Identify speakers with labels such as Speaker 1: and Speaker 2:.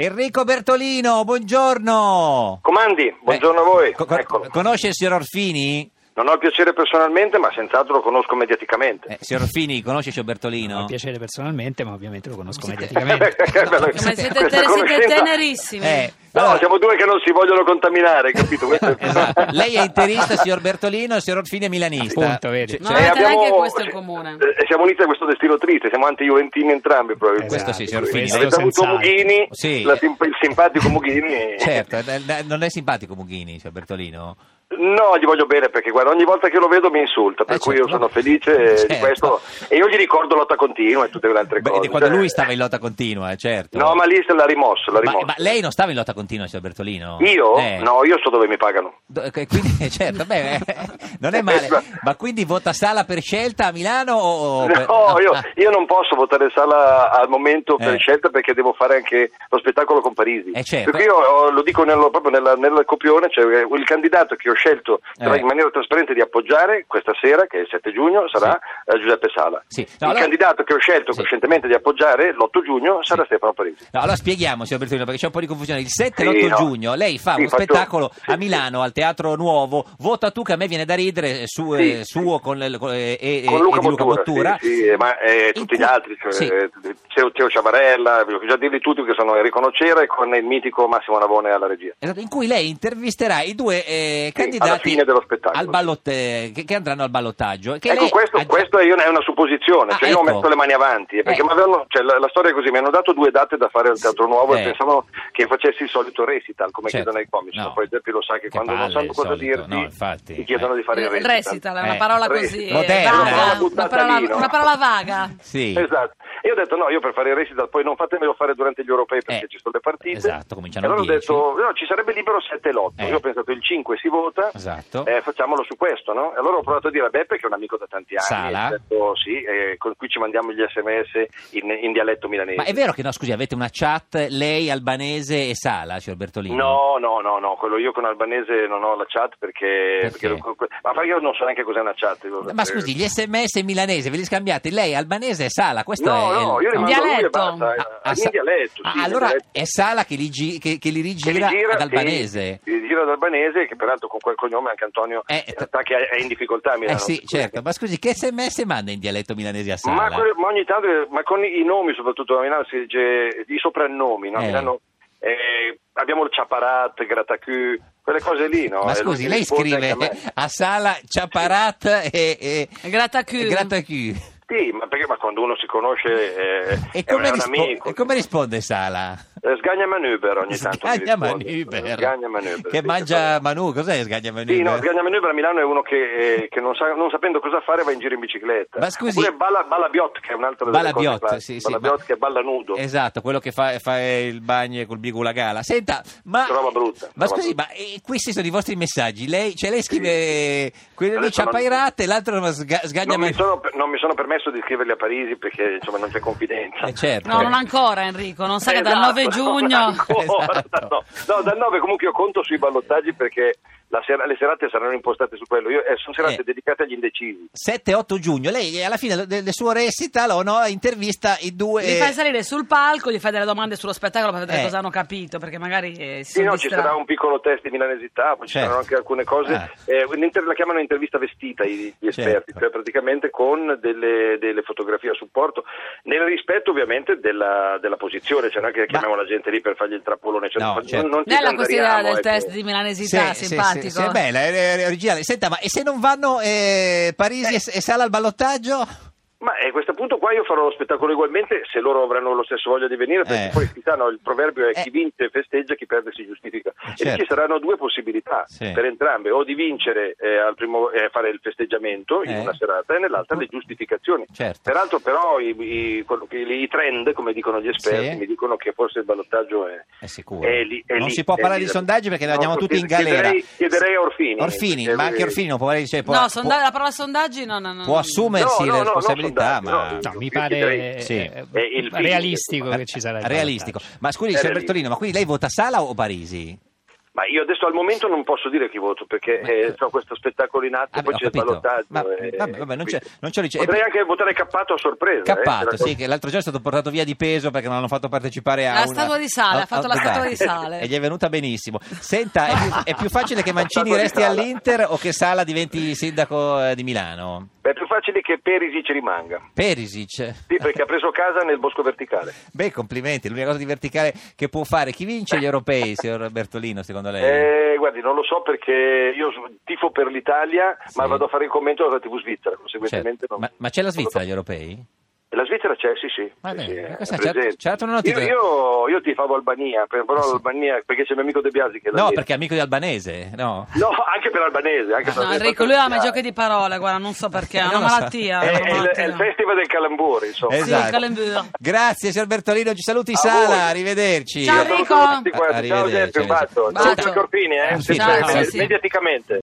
Speaker 1: Enrico Bertolino, buongiorno.
Speaker 2: Comandi, buongiorno a voi.
Speaker 1: Eh, Co-
Speaker 2: Ecco.
Speaker 1: co-
Speaker 2: Eccolo.
Speaker 1: conosce il signor Orfini?
Speaker 2: Non ho il piacere personalmente, ma senz'altro lo conosco mediaticamente.
Speaker 1: Eh, signor Orfini, conosce il signor
Speaker 3: Non ho
Speaker 1: Bertolino?
Speaker 3: piacere personalmente, ma ovviamente lo conosco
Speaker 2: Bella-
Speaker 3: mediaticamente.
Speaker 4: Ma siete,
Speaker 2: questa
Speaker 4: te- siete
Speaker 2: conoscenza-
Speaker 4: tenerissimi.
Speaker 1: Eh,
Speaker 2: No,
Speaker 1: allora-
Speaker 2: siamo due che non si vogliono contaminare, capito? Questo-
Speaker 1: Esatto. Lei è interista, signor Bertolino, il signor Orfini è milanista.
Speaker 3: Appunto, vedi.
Speaker 1: Cioè,
Speaker 4: No,
Speaker 1: cioè,
Speaker 4: avete anche questo in comune.
Speaker 2: eh, siamo uniti a questo destino triste, siamo anti-juventini entrambi probabilmente.
Speaker 1: Eh, Questo sì, signor Fini,
Speaker 2: Avete
Speaker 3: questo
Speaker 2: avuto
Speaker 3: senz'altro.
Speaker 2: Mughini,
Speaker 1: Sì.
Speaker 2: la sim- il simpatico Mughini.
Speaker 1: certo, eh, eh, non è simpatico Mughini, signor Bertolino?
Speaker 2: No, gli voglio bene perché guarda, ogni volta che lo vedo mi insulta, per
Speaker 1: Eh,
Speaker 2: cui
Speaker 1: certo.
Speaker 2: io sono felice eh, di
Speaker 1: Certo.
Speaker 2: questo. E io gli ricordo lotta continua e tutte le altre
Speaker 1: Beh,
Speaker 2: cose.
Speaker 1: quando
Speaker 2: Cioè-
Speaker 1: lui stava in lotta continua, eh, certo.
Speaker 2: No, ma lì se l'ha rimosso, l'ha
Speaker 1: Ma-
Speaker 2: rimosso.
Speaker 1: ma lei non stava in lotta continua, signor Bertolino?
Speaker 2: Io?
Speaker 1: Eh.
Speaker 2: No, io so dove mi pagano.
Speaker 1: Do- eh, Quindi, eh, certo, beh, eh, non è male. Ma quindi vota Sala per scelta a Milano o... o per-
Speaker 2: No, io,
Speaker 1: Ah.
Speaker 2: io non posso votare sala al momento per
Speaker 1: Eh.
Speaker 2: scelta perché devo fare anche lo spettacolo con Parisi.
Speaker 1: Eh, certo.
Speaker 2: Perché io ho- lo dico nello- proprio nella- nel copione, cioè eh, il candidato che ho scelto tra-
Speaker 1: Eh.
Speaker 2: in maniera trasparente di appoggiare questa sera, che è il 7 giugno, sarà eh, Giuseppe Sala.
Speaker 1: Sì. No,
Speaker 2: il
Speaker 1: allora-
Speaker 2: candidato che ho scelto
Speaker 1: Sì.
Speaker 2: coscientemente di appoggiare l'8 giugno sarà Stefano Parisi.
Speaker 1: No, allora spieghiamo, signor Bertolino, perché c'è un po' di confusione. Il 7 e
Speaker 2: Sì,
Speaker 1: l'8
Speaker 2: no.
Speaker 1: giugno lei fa
Speaker 2: Sì,
Speaker 1: uno
Speaker 2: faccio-
Speaker 1: spettacolo
Speaker 2: sì,
Speaker 1: a
Speaker 2: sì.
Speaker 1: Milano, al Teatro Nuovo, Vota tu che a me viene da ridere, su-
Speaker 2: Sì,
Speaker 1: eh, suo con, le- con- eh, e,
Speaker 2: Con
Speaker 1: e-
Speaker 2: Luca
Speaker 1: e di Luca Bottura.
Speaker 2: Bottura, sì, sì, ma eh,
Speaker 1: In
Speaker 2: tutti
Speaker 1: cui-
Speaker 2: gli altri, cioè,
Speaker 1: Sì.
Speaker 2: eh, Teo, Teo Ciavarella, voglio già dirvi tutti che sono Enrico Nocera e con il mitico Massimo Navone alla regia.
Speaker 1: Esatto, In cui lei intervisterà i due eh,
Speaker 2: Sì,
Speaker 1: candidati
Speaker 2: alla fine dello spettacolo.
Speaker 1: al ballot- eh, che, che andranno al ballottaggio. Che
Speaker 2: ecco,
Speaker 1: lei
Speaker 2: questo,
Speaker 1: ha-
Speaker 2: questo è io- è una supposizione,
Speaker 1: Ah,
Speaker 2: cioè io ho
Speaker 1: ecco.
Speaker 2: messo le mani avanti, eh, perché
Speaker 1: Eh.
Speaker 2: mi avevano- cioè, la, la storia è così, mi hanno dato due date da fare al Teatro Nuovo
Speaker 1: Eh.
Speaker 2: e pensavano che facessi il solito recital, come
Speaker 1: Certo.
Speaker 2: chiedono ai comici,
Speaker 1: No.
Speaker 2: ma poi Zeppi lo sa
Speaker 1: Che
Speaker 2: che, quando non
Speaker 1: palle,
Speaker 2: sanno
Speaker 1: il
Speaker 2: cosa
Speaker 1: solito.
Speaker 2: dirti
Speaker 1: No, eh. infatti.
Speaker 2: ti chiedono di fare il
Speaker 4: Il
Speaker 2: recital.
Speaker 4: recital, è una
Speaker 1: Eh,
Speaker 4: parola
Speaker 2: recital.
Speaker 4: così eh,
Speaker 1: Moderna.
Speaker 4: vaga,
Speaker 1: L'ho
Speaker 2: buttata
Speaker 4: una parola,
Speaker 2: lì, no?
Speaker 4: una parola vaga.
Speaker 1: Sì.
Speaker 2: Esatto, e ho detto no, io per fare il recital poi non fatemelo fare durante gli europei perché
Speaker 1: Eh,
Speaker 2: ci sono le partite.
Speaker 1: esatto, cominciano
Speaker 2: E allora ho
Speaker 1: 10.
Speaker 2: detto no, ci sarebbe libero 7 e l'8,
Speaker 1: Eh.
Speaker 2: io ho pensato il 5 si vota,
Speaker 1: Esatto.
Speaker 2: eh, facciamolo su questo, no? E allora ho provato a dire a Beppe che è un amico da tanti anni,
Speaker 1: Sala.
Speaker 2: e ho detto, sì, eh, con cui ci mandiamo gli sms in, in dialetto milanese.
Speaker 1: Ma è vero che no, scusi, avete una chat, lei, Albanese e Sala, signor Bertolino?
Speaker 2: No, no, no, no, quello io con albanese non ho la chat perché,
Speaker 1: Perché?
Speaker 2: perché- ma perché io non so neanche cos'è una chat. io- eh.
Speaker 1: Ma scusi, gli sms milanese ve li scambiate lei albanese e Sala? Questo
Speaker 2: No,
Speaker 1: è
Speaker 2: no,
Speaker 1: il-
Speaker 2: io li
Speaker 4: no.
Speaker 2: mando a lui e
Speaker 4: Dialetto.
Speaker 2: basta. eh,
Speaker 1: Ah, ah,
Speaker 2: in
Speaker 1: sa-
Speaker 2: dialetto, sì,
Speaker 1: Ah,
Speaker 2: in
Speaker 1: allora
Speaker 2: dialetto.
Speaker 1: è Sala che li, gi- che- che li
Speaker 2: Che
Speaker 1: rigira
Speaker 2: li gira-
Speaker 1: ad albanese.
Speaker 2: Sì, li gira ad albanese, che peraltro con quel cognome anche Antonio
Speaker 1: Eh,
Speaker 2: in realtà che è è in difficoltà a Milano.
Speaker 1: Eh sì, certo. Ma scusi, che sms manda in dialetto milanese a Sala?
Speaker 2: Ma, quel- ma ogni tanto, ma con i nomi, soprattutto a Milano si dice i soprannomi, no? A
Speaker 1: Eh.
Speaker 2: Milano, eh, abbiamo il Ciaparat, Gratacù, quelle cose lì, no?
Speaker 1: Ma
Speaker 2: È lui
Speaker 1: scusi,
Speaker 2: che
Speaker 1: lei
Speaker 2: risponde
Speaker 1: scrive
Speaker 2: anche a me.
Speaker 1: a, Sala Ciaparat e, e
Speaker 4: Grattacù.
Speaker 1: e Grattacù.
Speaker 2: Sì, ma perché ma quando uno si conosce eh,
Speaker 1: E
Speaker 2: è un-
Speaker 1: come,
Speaker 2: è un
Speaker 1: rispo-
Speaker 2: amico.
Speaker 1: e come risponde Sala?
Speaker 2: Eh, Sgagna Manubra ogni tanto. mi
Speaker 1: Sgagna
Speaker 2: risponde.
Speaker 1: Manubra.
Speaker 2: Sgagna Manubra,
Speaker 1: Che
Speaker 2: sì,
Speaker 1: mangia Manu, cos'è Sgagna Manu?
Speaker 2: Sì, no, Sgagna Manubra a Milano è uno che, eh, che non, sa- non sapendo cosa fare va in giro in bicicletta.
Speaker 1: Ma scusi-
Speaker 2: Oppure Bala, Balabiot, che è un altro
Speaker 1: Balabiot, sì, sì,
Speaker 2: Balabiot
Speaker 1: ma-
Speaker 2: che balla nudo.
Speaker 1: Esatto, quello che fa, fa il bagno col bigula gala. Senta, ma.
Speaker 2: Roba brutta,
Speaker 1: Ma
Speaker 2: roba
Speaker 1: scusi,
Speaker 2: brutta.
Speaker 1: ma eh, questi sono i vostri messaggi. Lei, cioè, lei scrive. Quello lì
Speaker 2: Adesso non-
Speaker 1: ciapairate, l'altro sga- sgagna
Speaker 2: Non mi, sono, non mi sono permesso di scriverli a Parisi perché insomma non c'è confidenza.
Speaker 1: Eh, certo.
Speaker 4: No, non ancora Enrico, non sa che dal
Speaker 2: Esatto,
Speaker 4: 9 giugno...
Speaker 2: non ancora,
Speaker 1: Esatto.
Speaker 2: no. No, dal 9 comunque io conto sui ballottaggi perché la sera- le serate saranno impostate su quello. Io- eh, sono serate
Speaker 1: Eh.
Speaker 2: dedicate agli indecisi.
Speaker 1: 7-8 giugno, lei eh, alla fine del, del suo recital o no, intervista i due.
Speaker 4: Li fai salire sul palco, gli fai delle domande sullo spettacolo per vedere
Speaker 1: Eh.
Speaker 4: cosa hanno capito, perché magari eh, si
Speaker 2: Sì,
Speaker 4: sono
Speaker 2: no, ci
Speaker 4: distratti.
Speaker 2: sarà un piccolo test di milanesità, poi ci
Speaker 1: Certo.
Speaker 2: saranno anche alcune cose.
Speaker 1: Ah.
Speaker 2: Eh, un'inter- la chiamano intervista vestita i- gli esperti,
Speaker 1: Certo.
Speaker 2: cioè praticamente con delle, delle fotografie a supporto, nel rispetto ovviamente della, della posizione, cioè non è che chiamiamo la gente lì per fargli il trappolone, cioè
Speaker 1: No,
Speaker 2: non-
Speaker 1: certo.
Speaker 2: non ci
Speaker 4: Bella questa idea
Speaker 2: esageriamo,
Speaker 4: del
Speaker 2: ecco.
Speaker 4: test di milanesità, simpatico.
Speaker 1: Sì, è bella, è, è originale. Senta, ma e se non vanno eh, Parisi e, e Sala al ballottaggio?
Speaker 2: Ma eh, a questo punto qua io farò lo spettacolo ugualmente se loro avranno lo stesso voglia di venire, perché
Speaker 1: Eh.
Speaker 2: poi si sa, no, il proverbio è
Speaker 1: Eh.
Speaker 2: chi vince festeggia, chi perde si giustifica. E
Speaker 1: certo.
Speaker 2: lì ci saranno due possibilità
Speaker 1: Sì.
Speaker 2: per entrambe, o di vincere eh, al primo, eh, fare il festeggiamento in
Speaker 1: Eh.
Speaker 2: una serata e nell'altra le giustificazioni.
Speaker 1: Certo.
Speaker 2: Peraltro però i, i- quello che- i trend, come dicono gli esperti,
Speaker 1: Sì.
Speaker 2: mi dicono che forse il ballottaggio è...
Speaker 1: È sicuro.
Speaker 2: È lì- è
Speaker 1: non
Speaker 2: lì,
Speaker 1: si può
Speaker 2: è
Speaker 1: parlare
Speaker 2: lì
Speaker 1: di
Speaker 2: la-
Speaker 1: sondaggi perché
Speaker 2: No,
Speaker 1: andiamo tutti in
Speaker 2: chiederei-
Speaker 1: galera.
Speaker 2: chiederei a Orfini.
Speaker 1: Orfini,
Speaker 2: Perché
Speaker 1: ma
Speaker 2: lui-
Speaker 1: anche Orfini non può, cioè, può-
Speaker 4: No,
Speaker 1: può-
Speaker 4: sonda- la parola sondaggi no, no, no.
Speaker 1: può assumersi
Speaker 2: No, no,
Speaker 1: le
Speaker 2: no, non
Speaker 1: responsabilità,
Speaker 2: sondaggi,
Speaker 1: ma
Speaker 2: no.
Speaker 3: No, mi
Speaker 2: Io
Speaker 3: pare
Speaker 2: chiederei-
Speaker 1: Sì.
Speaker 3: eh,
Speaker 2: Eh, il film,
Speaker 3: realistico
Speaker 2: insomma.
Speaker 3: che ci sarà il
Speaker 1: realistico.
Speaker 3: ballottaggio.
Speaker 1: Ma scusi,
Speaker 2: È
Speaker 1: signor
Speaker 2: realistico.
Speaker 1: Bertolino, ma quindi lei vota Sala o Parisi?
Speaker 2: Ma io adesso al momento non posso dire chi voto perché
Speaker 1: Ma-
Speaker 2: eh, c'ho questo spettacolo in atto,
Speaker 1: Vabbè,
Speaker 2: poi
Speaker 1: Ah, ho
Speaker 2: c'è il
Speaker 1: capito.
Speaker 2: ballottaggio.
Speaker 1: Ma-
Speaker 2: e-
Speaker 1: vabbè, vabbè, non c'è-
Speaker 2: quindi-
Speaker 1: non ce lo dice.
Speaker 2: Potrei
Speaker 1: E-
Speaker 2: anche votare Cappato a sorpresa. eh,
Speaker 1: Cioè, eh, Cappato,
Speaker 2: se la-
Speaker 1: sì, che l'altro giorno è stato portato via di peso perché non hanno fatto partecipare a
Speaker 4: La
Speaker 1: una-
Speaker 4: statua di sale,
Speaker 1: a-
Speaker 4: ha fatto
Speaker 1: a-
Speaker 4: la statua
Speaker 1: dai.
Speaker 4: di sale.
Speaker 1: E gli è venuta benissimo. Senta, è più, è più facile che Mancini
Speaker 2: La statua di
Speaker 1: resti
Speaker 2: Sala.
Speaker 1: all'Inter o che Sala diventi sindaco eh, di Milano?
Speaker 2: Beh, È più facile che Perisi ci rimanga.
Speaker 1: Perisic.
Speaker 2: Sì, perché ha preso casa nel bosco verticale.
Speaker 1: Beh, complimenti, l'unica cosa di verticale che può fare. Chi vince gli europei, signor Bertolino, secondo lei?
Speaker 2: Eh, guardi, non lo so perché io so- tifo per l'Italia,
Speaker 1: Sì.
Speaker 2: ma vado a fare il commento alla TV svizzera, conseguentemente
Speaker 1: Certo.
Speaker 2: non-
Speaker 1: ma, ma c'è la Svizzera agli
Speaker 2: non lo
Speaker 1: europei?
Speaker 2: so. La Svizzera c'è, sì, sì.
Speaker 1: Ma
Speaker 2: sì,
Speaker 1: bene,
Speaker 2: sì, è
Speaker 1: questa c'è-
Speaker 2: presente.
Speaker 1: c'è una notizia. Ah,
Speaker 2: Io, io, io tifavo Albania, per- però
Speaker 1: sì.
Speaker 2: Albania, perché c'è mio amico De Biasi che è
Speaker 1: No,
Speaker 2: albanese.
Speaker 1: perché Ah, è amico di albanese, no?
Speaker 2: No, anche per albanese. Anche per
Speaker 4: No, Enrico, lui ama i giochi di parole, guarda, non so perché, è
Speaker 1: Eh, Non
Speaker 4: una
Speaker 1: lo so.
Speaker 4: malattia.
Speaker 2: È,
Speaker 4: una
Speaker 2: è il, è il
Speaker 4: malattia.
Speaker 2: festival del calambore, insomma.
Speaker 1: Eh,
Speaker 4: Esatto. il calendario.
Speaker 1: Grazie, signor Bertolino, ci saluti
Speaker 2: A
Speaker 1: Sala,
Speaker 2: voi.
Speaker 1: arrivederci.
Speaker 4: Ciao,
Speaker 2: Io
Speaker 4: Enrico.
Speaker 2: saluto tutti quanti. Ciao
Speaker 1: Arrivederci,
Speaker 2: Giuseppe, un bacio.
Speaker 1: arrivederci.
Speaker 2: Ciao,
Speaker 4: Bacio.
Speaker 2: Corpini, eh?
Speaker 1: Sì,
Speaker 2: Sempre-
Speaker 4: ciao, sì, sì.
Speaker 2: Mediaticamente.